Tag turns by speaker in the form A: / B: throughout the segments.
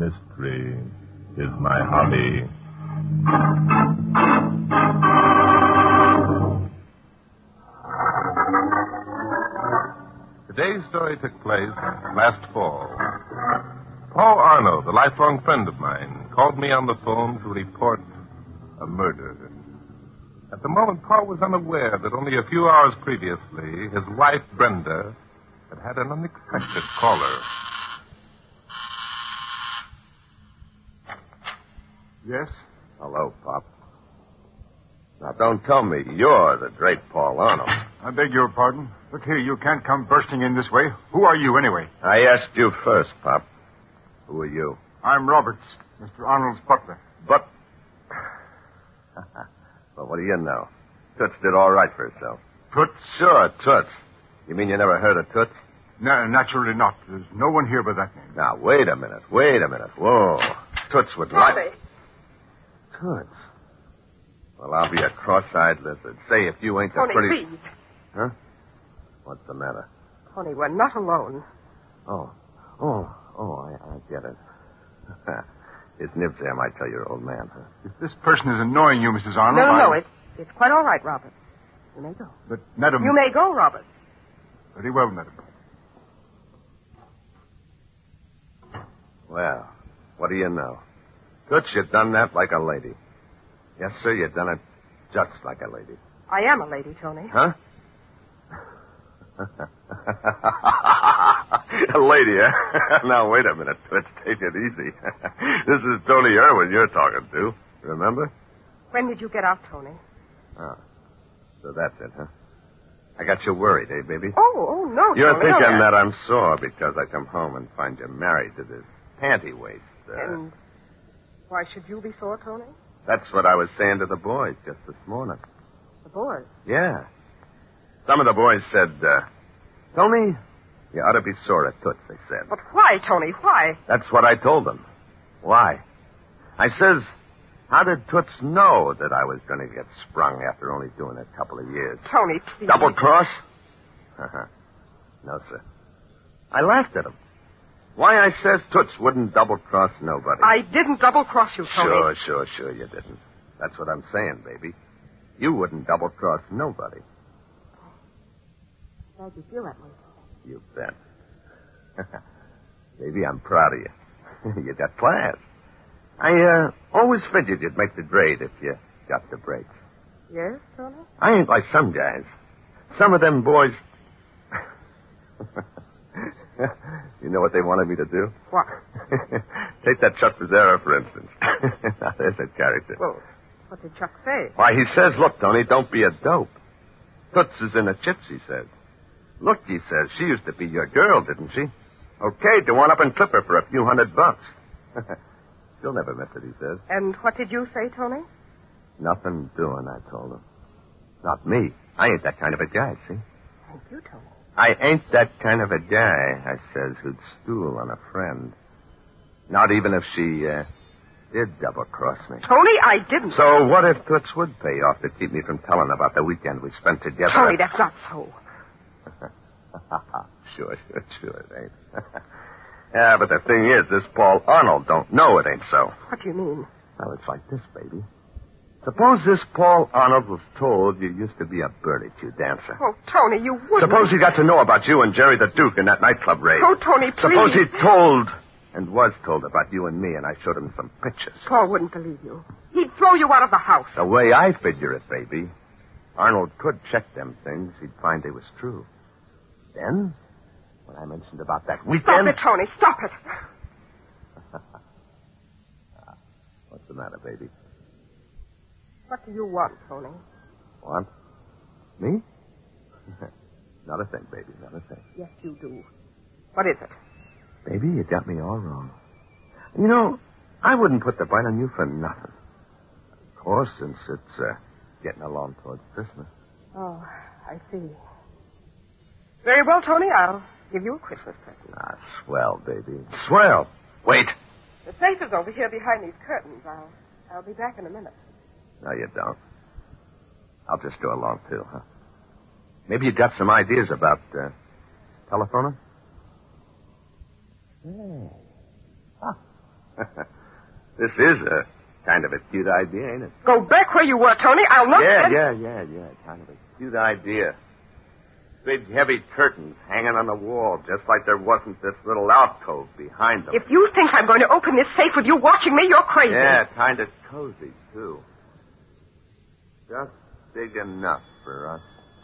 A: Mystery is my hobby. Today's story took place last fall. Paul Arnold, a lifelong friend of mine, called me on the phone to report a murder. At the moment, Paul was unaware that only a few hours previously, his wife, Brenda, had had an unexpected caller.
B: Yes? Hello, Pop. Now, don't tell me you're the great Paul Arnold.
C: I beg your pardon. Look here, you can't come bursting in this way. Who are you, anyway?
B: I asked you first, Pop. Who are you?
C: I'm Roberts, Mr. Arnold's butler.
B: But. well, what do you know? Toots did all right for herself.
C: Toots?
B: Sure, Toots. You mean you never heard of Toots?
C: No, naturally not. There's no one here by that name.
B: Now, wait a minute. Wait a minute. Whoa. Toots would like. Toots. Well, I'll be a cross-eyed lizard. Say if you ain't the
D: Tony,
B: pretty.
D: please.
B: Huh? What's the matter?
D: Tony, we're not alone.
B: Oh, oh, oh, I, I get it. it's Nibsam, I tell your old man. Huh?
C: If this person is annoying you, Mrs.
B: Oh,
C: Arnold.
D: no, no,
C: I...
D: no. It's, it's quite all right, Robert. You may go.
C: But, madam.
D: You may go, Robert.
C: Very well, madam.
B: Well, what do you know? Toots, you done that like a lady. Yes, sir, you done it just like a lady.
D: I am a lady, Tony.
B: Huh? a lady, huh? now, wait a minute, Toots. Take it easy. this is Tony Irwin you're talking to. Remember?
D: When did you get out, Tony?
B: So that's it, huh? I got you worried, eh, baby?
D: Oh, oh, no,
B: You're
D: Tony. oh,
B: thinking
D: yeah.
B: that I'm sore because I come home and find you married to this panty waist. Uh,
D: And why should you be sore, Tony?
B: That's what I was saying to the boys just this morning.
D: The boys.
B: Yeah. Some of the boys said, uh, Tony, you ought to be sore at Toots, they said.
D: But why, Tony? Why?
B: That's what I told them. Why? I says, how did Toots know that I was going to get sprung after only doing it a couple of years?
D: Tony, please.
B: Double cross? Uh-huh. no, sir. I laughed at him. Why I says Toots wouldn't double cross nobody.
D: I didn't double cross you, Tony.
B: Sure, sure, sure you didn't. That's what I'm saying, baby. You wouldn't double cross nobody.
D: Glad you feel that way.
B: You bet. baby, I'm proud of you. you got class. I uh, always figured you'd make the grade if you got the breaks.
D: Yes, Tony?
B: I ain't like some guys. Some of them boys. you know what they wanted me to do?
D: What?
B: Take that Chuck Pizzera, for instance. Now, There's a character.
D: Well, what did Chuck say?
B: Why, he says, look, Tony, don't be a dope. Toots is in the chips, he says. Look, he says, she used to be your girl, didn't she? Okay, go on up and clip her for a few hundred bucks. She'll never miss it, he says.
D: And what did you say, Tony?
B: Nothing doing, I told him. Not me. I ain't that kind of a guy, see?
D: Thank you, Tony.
B: I ain't that kind of a guy, I says, who'd stool on a friend. Not even if she, uh, did double cross me.
D: Tony, I didn't.
B: So what if Toots would pay off to keep me from telling about the weekend we spent together?
D: Tony, that's not so.
B: Sure, sure, sure it ain't. yeah, but the thing is, this Paul Arnold don't know it ain't so.
D: What do you mean?
B: Well, it's like this, baby. Suppose this Paul Arnold was told you used to be a Burditue dancer.
D: Oh, Tony, you wouldn't.
B: Suppose he got to know about you and Jerry the Duke in that nightclub raid.
D: Oh, Tony, please.
B: Suppose he told and was told about you and me, and I showed him some pictures.
D: Paul wouldn't believe you. He'd throw you out of the house.
B: The way I figure it, baby, Arnold could check them things. He'd find they was true. Then, when I mentioned about that
D: Stop
B: weekend,
D: it, Tony. Stop it.
B: what's the matter, baby?
D: What do you want, Tony?
B: What? Me? not a thing, baby, not a thing.
D: Yes, you do. What is it?
C: Baby, you got me all wrong. You know, I wouldn't put the bite on you for nothing. Of course, since it's uh, getting along towards Christmas.
D: Oh, I see. Very well, Tony. I'll give you a Christmas present.
C: Ah, swell, baby. Swell. Wait.
D: The safe is over here behind these curtains. I'll I'll be back in a minute.
C: No, you don't. I'll just go along too, huh? Maybe you got some ideas about uh, telephoning. Hey. Huh. this is a kind of a cute idea, ain't it?
D: Go back where you were, Tony. I'll not.
C: yeah,
D: stand-
C: yeah, yeah, yeah. Kind of a cute idea. Big heavy curtains hanging on the wall, just like there wasn't this little alcove behind them.
D: If you think I'm going to open this safe with you watching me, you're crazy.
C: Yeah, kind of cozy, too. Just big enough for us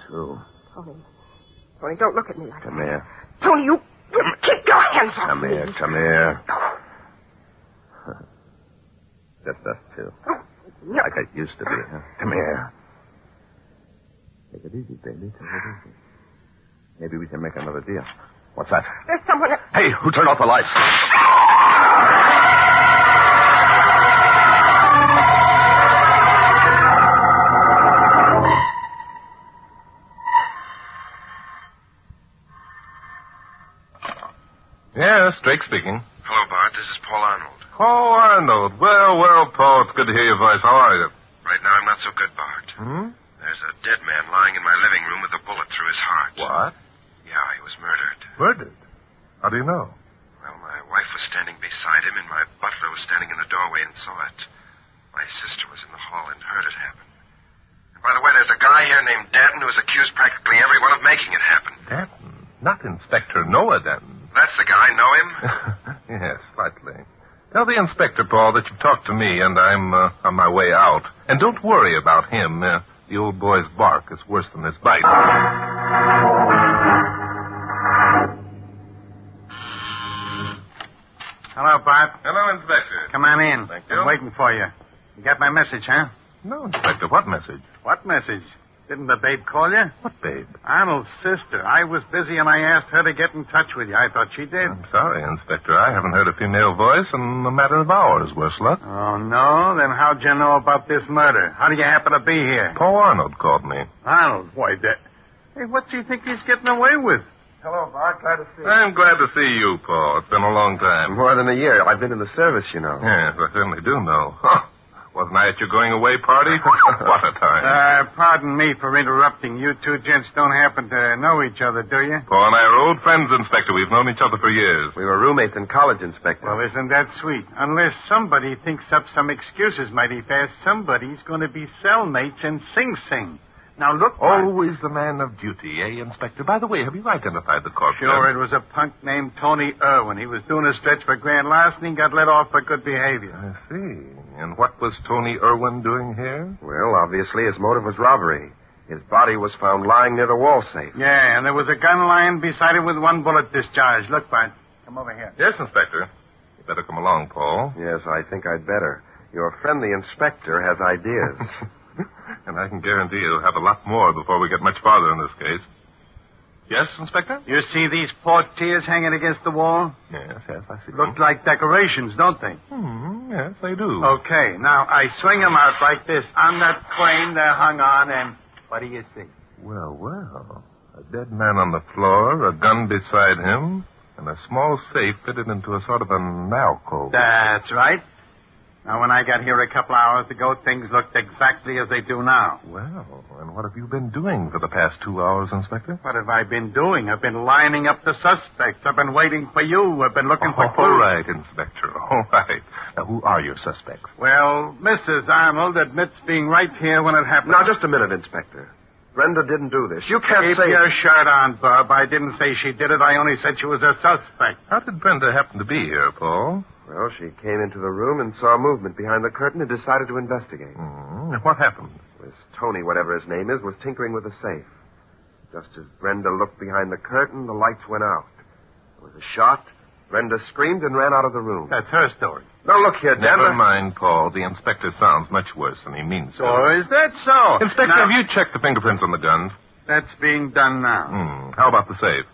C: two.
D: Tony. Tony, don't look at me like that.
C: Come here.
D: Tony, you keep your hands off
C: Come
D: me.
C: here, come here. Just us two.
D: No.
C: Like it used to be, huh? Come here. Take it easy, baby. Take it easy. Maybe we can make another deal. What's that?
D: There's someone. else.
C: Hey, who turned off the lights?
B: Yes, Drake speaking.
E: Hello, Bart. This is Paul Arnold.
B: Paul Arnold. Well, well, Paul, it's good to hear your voice. How are you?
E: Right now, I'm not so good, Bart.
B: Hmm?
E: There's a dead man lying in my living room with a bullet through his heart.
B: What?
E: Yeah, he was murdered.
B: Murdered. How do you know?
E: Well, my wife was standing beside him, and my butler was standing in the doorway and saw it. My sister was in the hall and heard it happen. And by the way, there's a guy here named Danton who has accused practically everyone of making it happen.
B: Danton. Not Inspector Noah Danton.
E: That's the guy. Know him?
B: yes, slightly. Tell the inspector, Paul, that you've talked to me and I'm uh, on my way out. And don't worry about him. Uh, the old boy's bark is worse than his bite.
F: Hello, Bart.
B: Hello, Inspector.
F: Come on in.
B: Thank you.
F: I'm waiting for you. You got my message, huh?
B: No, Inspector, what message?
F: What message? Didn't the babe call you?
B: What, babe?
F: Arnold's sister. I was busy and I asked her to get in touch with you. I thought she did.
B: I'm sorry, Inspector. I haven't heard a female voice in a matter of hours, worse luck.
F: Oh, no? Then how'd you know about this murder? How do you happen to be here?
B: Paul Arnold called me.
F: Arnold, why, that. Hey, what do you think he's getting away with?
C: Hello, Bart. Glad to see
B: I'm glad to see you, Paul. It's been a long time.
C: More than a year. I've been in the service, you know.
B: Yes, I certainly do know. Huh. Wasn't I at your going away party? what a time.
F: Uh, pardon me for interrupting. You two gents don't happen to know each other, do you?
B: Paul and I are old friends, Inspector. We've known each other for years.
C: We were roommates in college, Inspector.
F: Well, isn't that sweet? Unless somebody thinks up some excuses mighty fast, somebody's going to be cellmates in Sing Sing. Now, look. Bart.
B: Always the man of duty, eh, Inspector? By the way, have you identified the corpse?
F: Sure, it was a punk named Tony Irwin. He was doing a stretch for grand larceny and got let off for good behavior.
B: I see. And what was Tony Irwin doing here?
C: Well, obviously, his motive was robbery. His body was found lying near the wall safe.
F: Yeah, and there was a gun lying beside him with one bullet discharged. Look, Bart. Come over here.
B: Yes, Inspector. You better come along, Paul.
C: Yes, I think I'd better. Your friend, the inspector, has ideas.
B: and I can guarantee you'll have a lot more before we get much farther in this case. Yes, Inspector?
F: You see these portieres hanging against the wall?
B: Yes, yes, I see.
F: Look like decorations, don't they?
B: Hmm, yes, I do.
C: Oh.
F: Okay, now I swing 'em out like this on that crane they're hung on, and what do you see?
B: Well, well. A dead man on the floor, a gun beside him, and a small safe fitted into a sort of an alcove.
F: That's right. Now, when I got here a couple hours ago, things looked exactly as they do now.
B: Well, and what have you been doing for the past two hours, Inspector?
F: What have I been doing? I've been lining up the suspects. I've been waiting for you. I've been looking
C: Oh,
F: for
B: all
F: clues.
B: right, Inspector. All right. Now, who are your suspects?
F: Well, Mrs. Arnold admits being right here when it happened.
C: now, just a minute, Inspector. Brenda didn't do this. You can't
F: Keep
C: say.
F: your shirt on, Bob. I didn't say she did it. I only said she was a suspect.
B: How did Brenda happen to be here, Paul?
C: Well, she came into the room and saw movement behind the curtain and decided to investigate.
B: Hmm, what happened?
C: This Tony, whatever his name is, was tinkering with the safe. Just as Brenda looked behind the curtain, the lights went out. There was a shot. Brenda screamed and ran out of the room.
F: That's her story.
C: Now, look here,
B: Never
C: Denver.
B: mind, Paul. The inspector sounds much worse than he means to.
F: Oh, is that so?
B: Inspector,
F: Now-
B: have you checked the fingerprints on the guns?
F: That's being done now.
B: Hmm. How about the safe?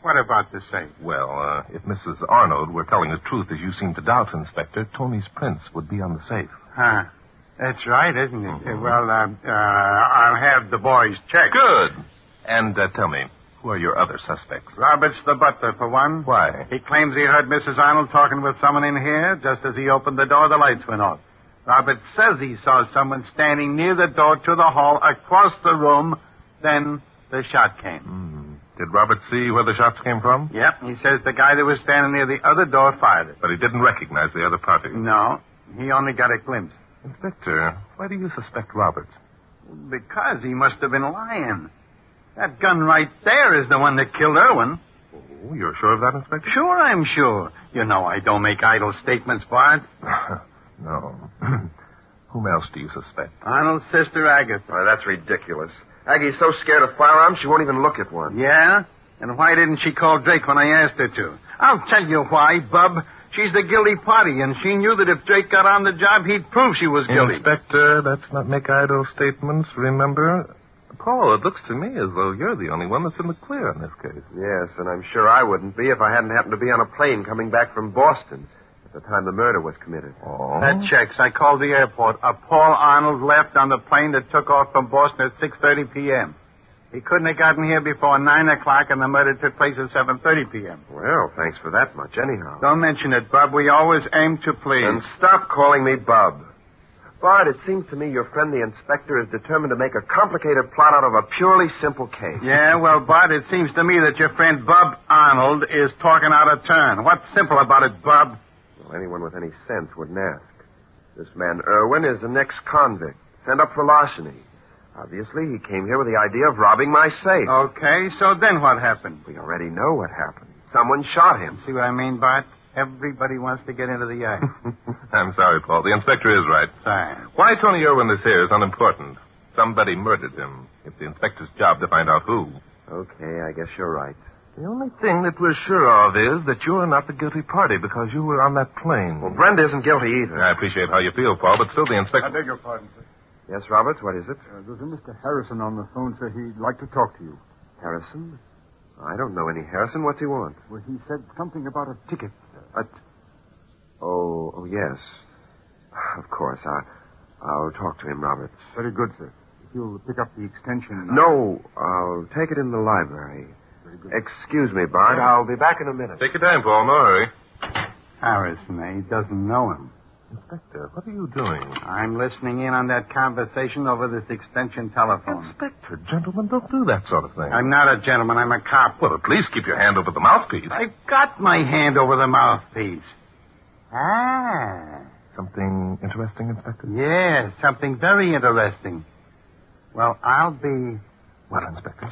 F: What about the safe?
B: Well, uh, if Mrs. Arnold were telling the truth, as you seem to doubt, Inspector, Tony's prints would be on the safe.
F: Huh. That's right, isn't it? Uh,
C: Mm-hmm.
F: Well, uh, uh, I'll have the boys check.
B: Good. And uh, tell me, who are your other suspects?
F: Roberts the butler, for one.
B: Why?
F: He claims he heard Mrs. Arnold talking with someone in here. Just as he opened the door, the lights went off. Roberts says he saw someone standing near the door to the hall across the room. Then the shot came.
B: Did Robert see where the shots came from?
F: Yep. He says the guy that was standing near the other door fired it.
B: But he didn't recognize the other party.
F: No, he only got a glimpse.
B: Inspector, why do you suspect Robert?
F: Because he must have been lying. That gun right there is the one that killed Irwin.
B: Oh, you're sure of that, Inspector?
F: Sure, I'm sure. You know I don't make idle statements, Bart.
B: no. Whom else do you suspect?
F: Arnold's sister, Agatha.
C: Why, that's ridiculous. Aggie's so scared of firearms, she won't even look at one.
F: Yeah? And why didn't she call Drake when I asked her to? I'll tell you why, Bub. She's the guilty party, and she knew that if Drake got on the job, he'd prove she was guilty.
B: Inspector, that's not make idle statements, remember? Paul, it looks to me as though you're the only one that's in the clear on this case.
C: Yes, and I'm sure I wouldn't be if I hadn't happened to be on a plane coming back from Boston at the time the murder was committed.
B: Oh.
F: That checks. I called the airport. A Paul Arnold left on the plane that took off from Boston at 6.30 p.m. He couldn't have gotten here before 9 o'clock, and the murder took place at 7.30 p.m.
C: Well, thanks for that much, anyhow.
F: Don't mention it, Bub. We always aim to please.
C: And stop calling me Bub. Bart, it seems to me your friend the inspector is determined to make a complicated plot out of a purely simple case.
F: Yeah, well, Bud, it seems to me that your friend Bub Arnold is talking out of turn. What's simple about it, Bub?
C: Well, anyone with any sense wouldn't ask. This man Irwin is an ex-convict, sent up for larceny. Obviously, he came here with the idea of robbing my safe.
F: Okay, so then what happened?
C: We already know what happened. Someone shot him.
F: See what I mean, Bart? Everybody wants to get into the act.
B: I'm sorry, Paul. The inspector is right.
F: Fine.
B: Why Tony Irwin is here is unimportant. Somebody murdered him. It's the inspector's job to find out who.
C: Okay, I guess you're right.
B: The only thing that we're sure of is that you're not the guilty party because you were on that plane.
C: Well, Brenda isn't guilty either.
B: I appreciate how you feel, Paul, but still the inspector.
F: beg your pardon, sir.
C: Yes, Roberts, what is it?
G: Uh, there's a Mr. Harrison on the phone, sir. He'd like to talk to you.
C: Harrison? I don't know any Harrison. What's he want?
G: Well, he said something about a ticket.
C: A t- oh, oh, yes. Of course. I, I'll talk to him, Roberts.
G: Very good, sir. If you'll pick up the extension.
C: No, I'll take it in the library. Excuse me, Bart. I'll be back in a minute.
B: Take your time, Paul. No hurry.
F: Harrison, eh? he doesn't know him.
B: Inspector, what are you doing?
F: I'm listening in on that conversation over this extension
B: Um,
F: telephone.
B: Inspector, gentlemen, don't do that sort of thing.
F: I'm not a gentleman, I'm a cop.
B: Well, at least keep your hand over the mouthpiece.
F: I've got my hand over the mouthpiece. Ah.
B: Something interesting, Inspector?
F: Yes, something very interesting. Well, I'll be.
B: Well, Inspector.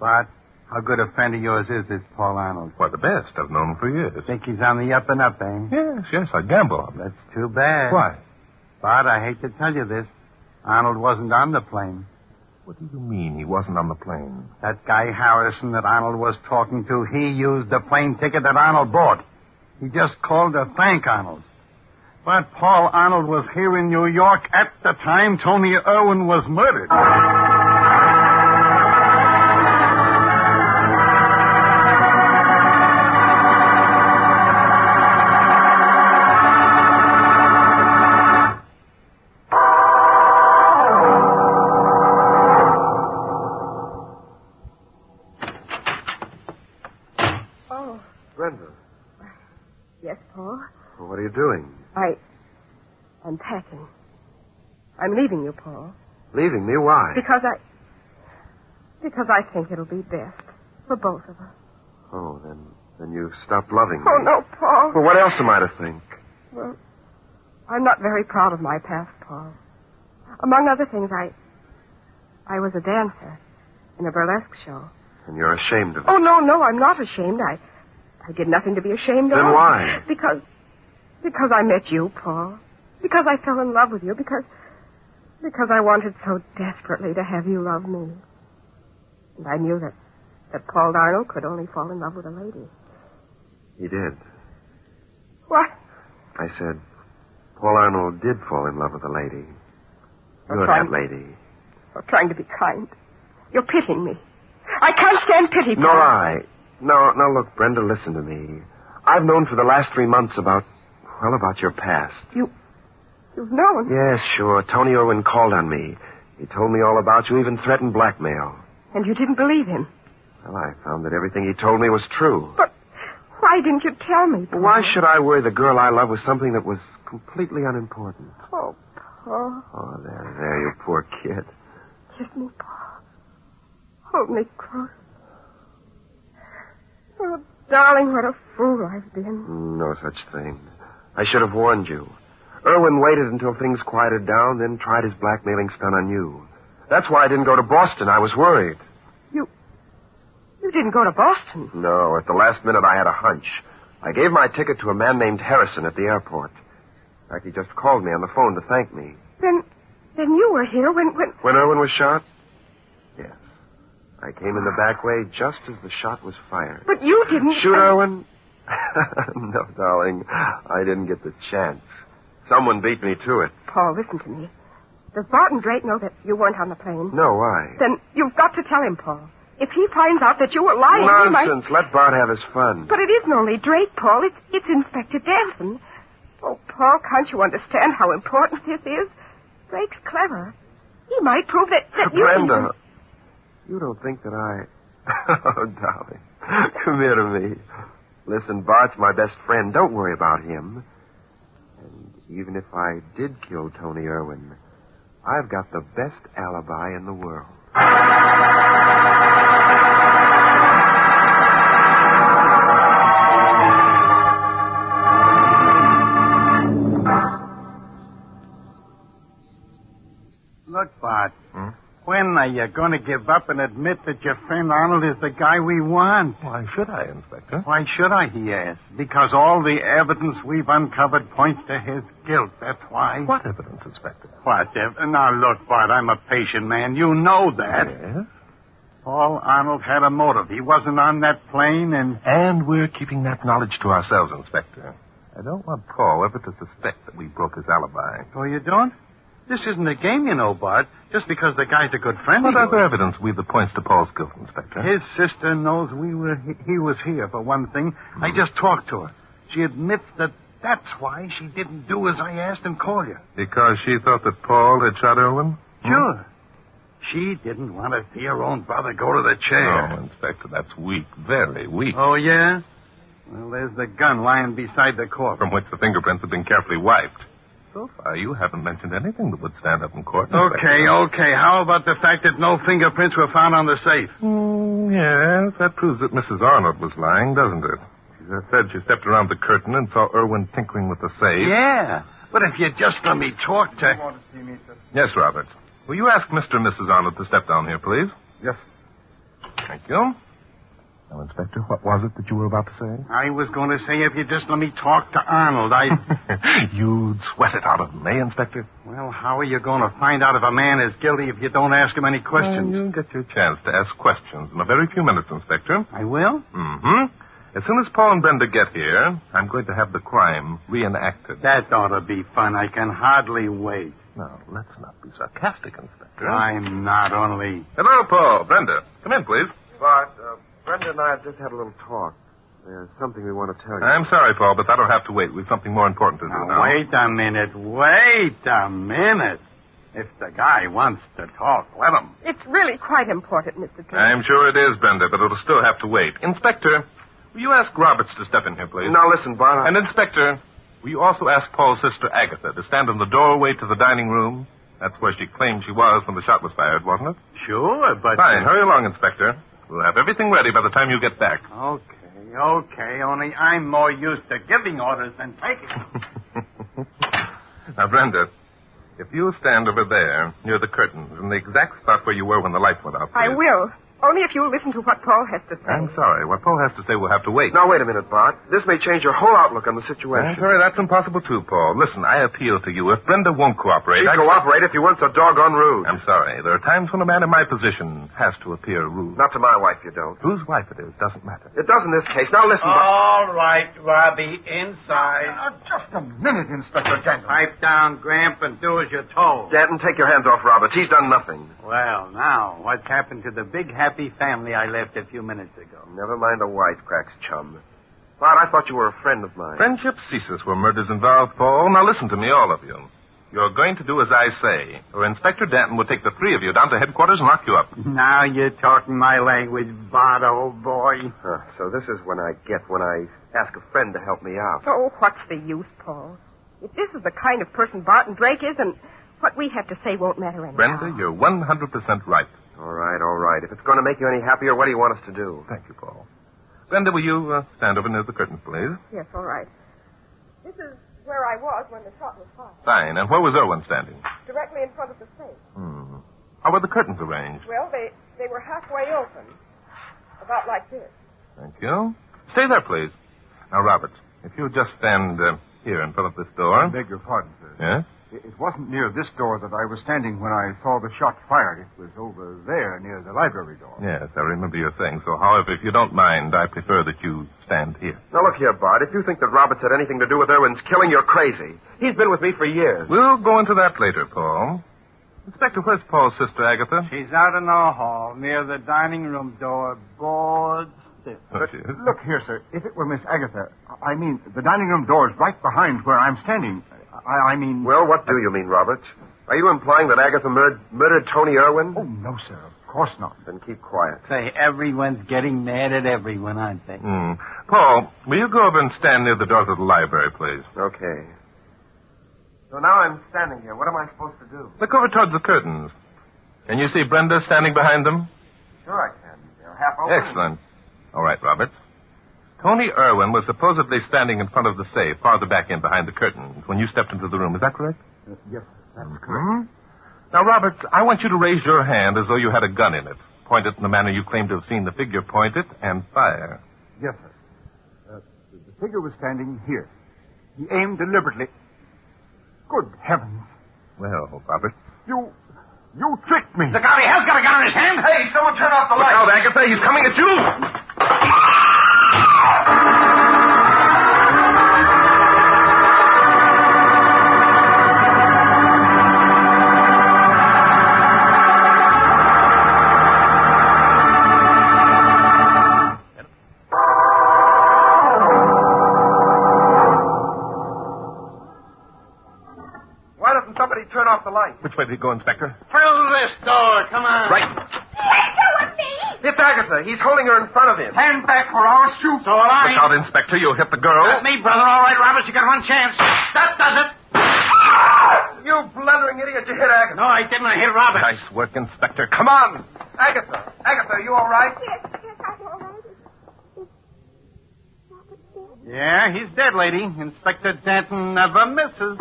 F: But how good a friend of yours is this Paul Arnold?
B: Why, the best. I've known him for years.
F: Think he's on the up and up, eh?
B: Yes, yes, I gamble on
F: That's too bad.
B: it. Why?
F: But I hate to tell you this. Arnold wasn't on the plane.
B: What do you mean he wasn't on the plane?
F: That guy Harrison that Arnold was talking to, he used the plane ticket that Arnold bought. He just called to thank Arnold. But Paul Arnold was here in New York at the time Tony Irwin was murdered.
D: Oh,
C: Brenda,
D: yes, Paul.
C: what are you doing?
D: I. I'm packing. I'm leaving you, Paul.
C: Leaving me? Why?
D: Because I. Because I think it'll be best for both of us.
C: Oh, then, then you've stopped loving me.
D: Oh, no, Paul.
C: Well, what else am I to think?
D: Well, I'm not very proud of my past, Paul. Among other things, I. I was a dancer in a burlesque show.
C: And you're ashamed of it.
D: Oh, no, no, I'm not ashamed. I. I did nothing to be ashamed of.
C: Then why?
D: Because. Because I met you, Paul. Because I fell in love with you. Because. Because I wanted so desperately to have you love me. And I knew that. That Paul Darnell could only fall in love with a lady.
C: He did.
D: What?
C: I said, Paul Arnold did fall in love with a lady. You're
D: fine.
C: that lady.
D: You're trying to be kind. You're pitying me. I can't stand pity, Paul.
C: Nor I. No, no, look, Brenda, listen to me. I've known for the last three months about, well, about your past.
D: You've known.
C: Yes, sure. Tony Irwin called on me. He told me all about you, even threatened blackmail.
D: And you didn't believe him.
C: Well, I found that everything he told me was true.
D: But why didn't you tell me? Paul?
C: Why should I worry the girl I love with something that was completely unimportant?
D: Oh, Paul.
C: Oh, there, there, you poor kid.
D: Kiss me, Paul. Hold me close. Oh, darling, what a fool I've been.
C: No such thing. I should have warned you. Irwin waited until things quieted down, then tried his blackmailing stunt on you. That's why I didn't go to Boston. I was worried.
D: You didn't go to Boston.
C: No, at the last minute I had a hunch. I gave my ticket to a man named Harrison at the airport. In fact, he just called me on the phone to thank me.
D: Then, then you were here when, when.
C: When Irwin was shot? Yes. I came in the back way just as the shot was fired.
D: But you didn't. Oh,
C: Shoot Irwin? no, darling. I didn't get the chance. Someone beat me to it.
D: Paul, listen to me. Does Barton Drake know that you weren't on the plane?
C: No, why?
D: Then you've got to tell him, Paul. If he finds out that you were lying, he might.
C: Nonsense. Let Bart have his fun.
D: But it isn't only Drake, Paul. It's, it's Inspector Danton. Oh, Paul, can't you understand how important this is? Drake's clever. He might prove that, that you.
C: Brenda, you don't think that I. Oh, darling. Come here to me. Listen, Bart's my best friend. Don't worry about him. And even if I did kill Tony Irwin, I've got the best alibi in the world.
F: Look, Bart. When are you going to give up and admit that your friend Arnold is the guy we want?
B: Why should I, Inspector?
F: Why should I, he asked. Because all the evidence we've uncovered points to his guilt. That's why.
B: What evidence, Inspector?
F: What? Ev- Now, look, Bart, I'm a patient man. You know that.
B: Yes.
F: Paul Arnold had a motive. He wasn't on that plane, and
B: And we're keeping that knowledge to ourselves, Inspector. I don't want Paul ever to suspect that we broke his alibi.
F: Oh, you don't? This isn't a game, you know, Bart. Just because the guy's a good friend
B: What
F: of
B: other
F: yours.
B: evidence we've the points to Paul's guilt, Inspector?
F: His sister knows we were he, he was here for one thing. I just talked to her. She admits that that's why she didn't do as I asked and call you.
B: Because she thought that Paul had shot Irwin?
F: Hmm? Sure. She didn't want to see her own brother go to the
B: No,
F: chair.
B: Inspector, that's weak, very weak.
F: Oh yeah. Well, there's the gun lying beside the corpse.
B: From which the fingerprints have been carefully wiped. So far, you haven't mentioned anything that would stand up in court. Inspector.
F: Okay, okay. How about the fact that no fingerprints were found on the safe?
B: Mm, yes, that proves that Mrs. Arnold was lying, doesn't it? She said she stepped around the curtain and saw Irwin tinkering with the safe.
F: Yeah. But if you just let me talk to.
H: want to see me, sir?
B: Yes, Robert. Will you ask Mr. and Mrs. Arnold to step down here, please?
H: Yes.
B: Thank you. Now, Inspector, what was it that you were about to say?
F: I was going to say, if you just let me talk to Arnold, I.
B: You'd sweat it out of him, eh, Inspector?
F: well, how are you going to find out if a man is guilty if you don't ask him any questions?
B: you'll get your chance to ask questions in a very few minutes, Inspector.
F: I will?
B: Mm-hmm. As soon as Paul and Brenda get here, I'm going to have the crime reenacted.
F: That ought to be fun. I can hardly wait.
B: Now, let's not be sarcastic, Inspector.
F: I'm not only.
B: Hello, Paul. Brenda, come in, please.
C: Bart, uh, Brenda and I just had a little talk. There's something we want to tell you.
B: I'm sorry, Paul, but that'll have to wait. We've something more important to do
F: Now,
B: now.
F: wait a minute. Wait a minute. If the guy wants to talk, let him.
D: It's really quite important, Mr. Drake.
B: I'm sure it is, Brenda, but it'll still have to wait. Inspector, will you ask Roberts to step in here, please?
C: Now, listen, Bart. I-
B: And, Inspector, will you also ask Paul's sister, Agatha, to stand in the doorway to the dining room? That's where she claimed she was when the shot was fired, wasn't it?
F: Sure, but.
B: Fine. Hurry along, Inspector. We'll have everything ready by the time you get back.
F: Okay, okay. Only I'm more used to giving orders than taking them.
B: Now, Brenda, if you stand over there near the curtains in the exact spot where you were when the light went out.
D: I
B: please.
D: will. Only if you'll listen to what Paul has to say.
B: I'm sorry. What Paul has to say will have to wait.
C: Now, wait a minute, Bart. This may change your whole outlook on the
B: I'm
C: situation.
B: sorry. That's impossible, too, Paul. Listen, I appeal to you. If Brenda won't cooperate,
C: She'd
B: I...
C: cooperate if you weren't so doggone rude.
B: I'm sorry. There are times when a man in my position has to appear rude.
C: Not to my wife, you don't.
B: Whose wife it is doesn't matter.
C: It does in this case. Now, listen,
I: Oh.
C: Bart.
F: All right, Robbie, inside.
H: just a minute, Inspector Denton.
F: Pipe down, Gramp, and do as you're told.
C: Danton, take your hands off Roberts. He's done nothing.
F: Well, now, what's happened to the big happy happy family I left a few minutes ago.
C: Never mind the wisecracks, chum. Bart, I thought you were a friend of mine.
B: Friendship ceases where murder's involved, Paul. Now listen to me, all of you. You're going to do as I say, or Inspector Danton will take the three of you down to headquarters and lock you up.
I: Mm-hmm.
F: Now you're talking my language, Bart, old boy.
C: Huh, so this is when I get when I ask a friend to help me out.
D: Oh, what's the use, Paul? If this is the kind of person Barton Drake is, then what we have to say won't matter anyway.
B: Brenda, you're 100% right.
C: All right, all right. If it's going to make you any happier, what do you want us to do?
B: Thank you, Paul. Brenda, will you uh, stand over near the curtain, please?
D: Yes, all right. This is where I was when the shot was fired,
B: Fine. And where was Irwin standing?
D: directly in front of the safe.
B: Hmm. How were the curtains arranged?
D: Well, they, they were halfway open, about like this.
B: Thank you. Stay there, please. Now, Robert, if you'll just stand uh, here in front of this door.
I: I beg your pardon, sir.
B: Yeah?
I: It it wasn't near this door that I was standing when I saw the shot fired. It was over there near the library door.
B: Yes, I remember your saying so. However, if you don't mind, I prefer that you stand here.
C: Now, look here, Bart. If you think that Roberts had anything to do with Irwin's killing, you're crazy. He's been with me for years.
B: We'll go into that later, Paul. Inspector, where's Paul's sister, Agatha?
F: She's out in the hall near the dining room door, bored stiff.
B: Oh, she is.
I: Look here, sir. If it were Miss Agatha, I mean, the dining room door is right behind where I'm standing. I, I mean.
C: Well, what do you mean, Roberts? Are you implying that Agatha mur- murdered Tony Irwin?
I: Oh, no, sir. Of course not.
C: Then keep quiet.
F: Say, everyone's getting mad at everyone, aren't they?
B: Hmm. Paul, will you go over and stand near the door to the library, please?
C: Okay. So now I'm standing here. What am I supposed to do?
B: Look over towards the curtains. Can you see Brenda standing behind them?
C: Sure I can. They're half
B: Excellent. All right, Robert. Tony Irwin was supposedly standing in front of the safe, farther back in behind the curtains, when you stepped into the room. Is that correct?
I: Uh, yes, that's
B: Hmm? Now, Roberts, I want you to raise your hand as though you had a gun in it. Point it in the manner you claim to have seen the figure point it, and fire.
I: Yes, sir. Uh, the figure was standing here. He aimed deliberately. Good heavens.
B: Well, Robert.
I: You. You tricked me.
C: out, he has got a gun in his hand. Hey, someone turn off the light. Look out, Agatha. He's coming at you. Why doesn't somebody turn off the light?
B: Which way did he go, Inspector?
F: Through this door, come on.
C: Right. It's Agatha. He's holding her in front of him.
F: Hand back or I'll shoot, all right?
B: Look out, Inspector. You'll hit the girl.
F: me, brother, all right, Roberts, you got one chance. That does it.
C: You blundering idiot. You hit Agatha.
F: No, I didn't, I hit Roberts.
B: Nice work, Inspector. Come on.
C: Agatha. Agatha, are you all right?
J: Yes, yes, I'm all right. Is- is Robert dead?
F: Yeah, he's dead, lady. Inspector Danton never misses.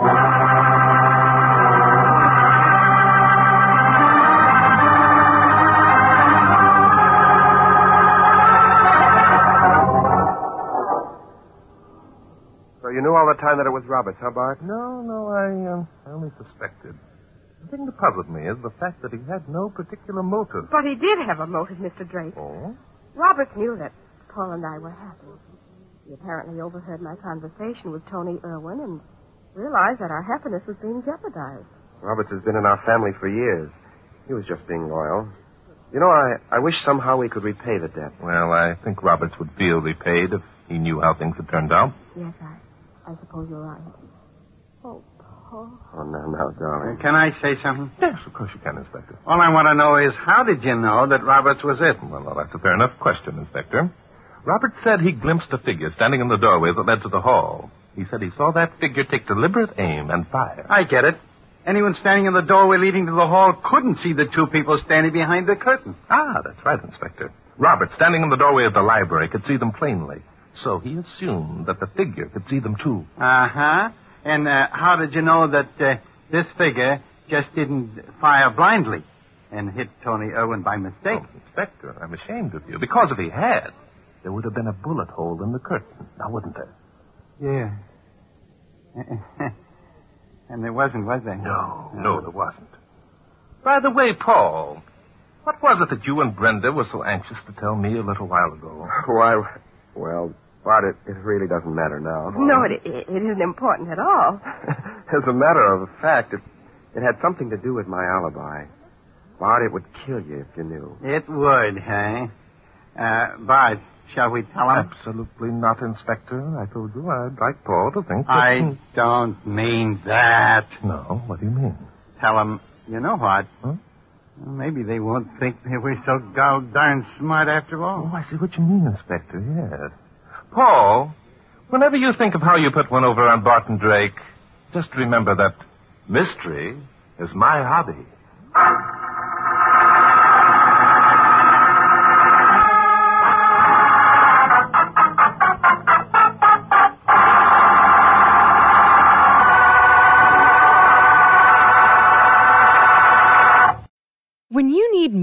C: So you knew all the time that it was Roberts, huh, Bart?
B: No, no, I, uh, I only suspected. The thing that puzzled me is the fact that he had no particular motive.
D: But he did have a motive, Mr. Drake.
B: Oh?
D: Roberts knew that Paul and I were happy. He apparently overheard my conversation with Tony Irwin and realized that our happiness was being jeopardized.
C: Roberts has been in our family for years. He was just being loyal. You know, I, I wish somehow we could repay the debt.
B: Well, I think Roberts would feel repaid if he knew how things had turned out.
D: Yes, I, I suppose you're right. Oh, Paul.
C: Oh, no, no, darling.
F: Can I say something?
B: Yes, of course you can, Inspector.
F: All I want to know is how did you know that Roberts was it?
B: Well, well, that's a fair enough question, Inspector. Robert said he glimpsed a figure standing in the doorway that led to the hall. He said he saw that figure take deliberate aim and fire.
F: I get it. Anyone standing in the doorway leading to the hall couldn't see the two people standing behind the curtain.
B: Ah, that's right, Inspector. Robert, standing in the doorway of the library, could see them plainly. So he assumed that the figure could see them too.
F: Uh huh. And uh, how did you know that uh, this figure just didn't fire blindly and hit Tony Irwin by mistake?
B: Oh, Inspector, I'm ashamed of you. Because if he had, there would have been a bullet hole in the curtain. Now, wouldn't there?
F: Yeah. and there wasn't, was there?
B: No, no, there wasn't. By the way, Paul, what was it that you and Brenda were so anxious to tell me a little while ago?
C: Why, well, Bart, it, it really doesn't matter now.
D: No, it, it, it isn't important at all.
C: As a matter of fact, it, it had something to do with my alibi. Bart, it would kill you if you knew.
F: It would, hey? Uh, Bart, shall we tell him?
B: Absolutely not, Inspector. I told you I'd like Paul to think. that-
F: I don't mean that.
B: No, what do you mean?
F: Tell him, you know what?
B: Huh?
F: Maybe they won't think they were so gol darn smart after
B: Oh,
F: all.
B: I see what you mean, Inspector, yes. Paul, whenever you think of how you put one over on Barton Drake, just remember that mystery is my hobby.
K: When you need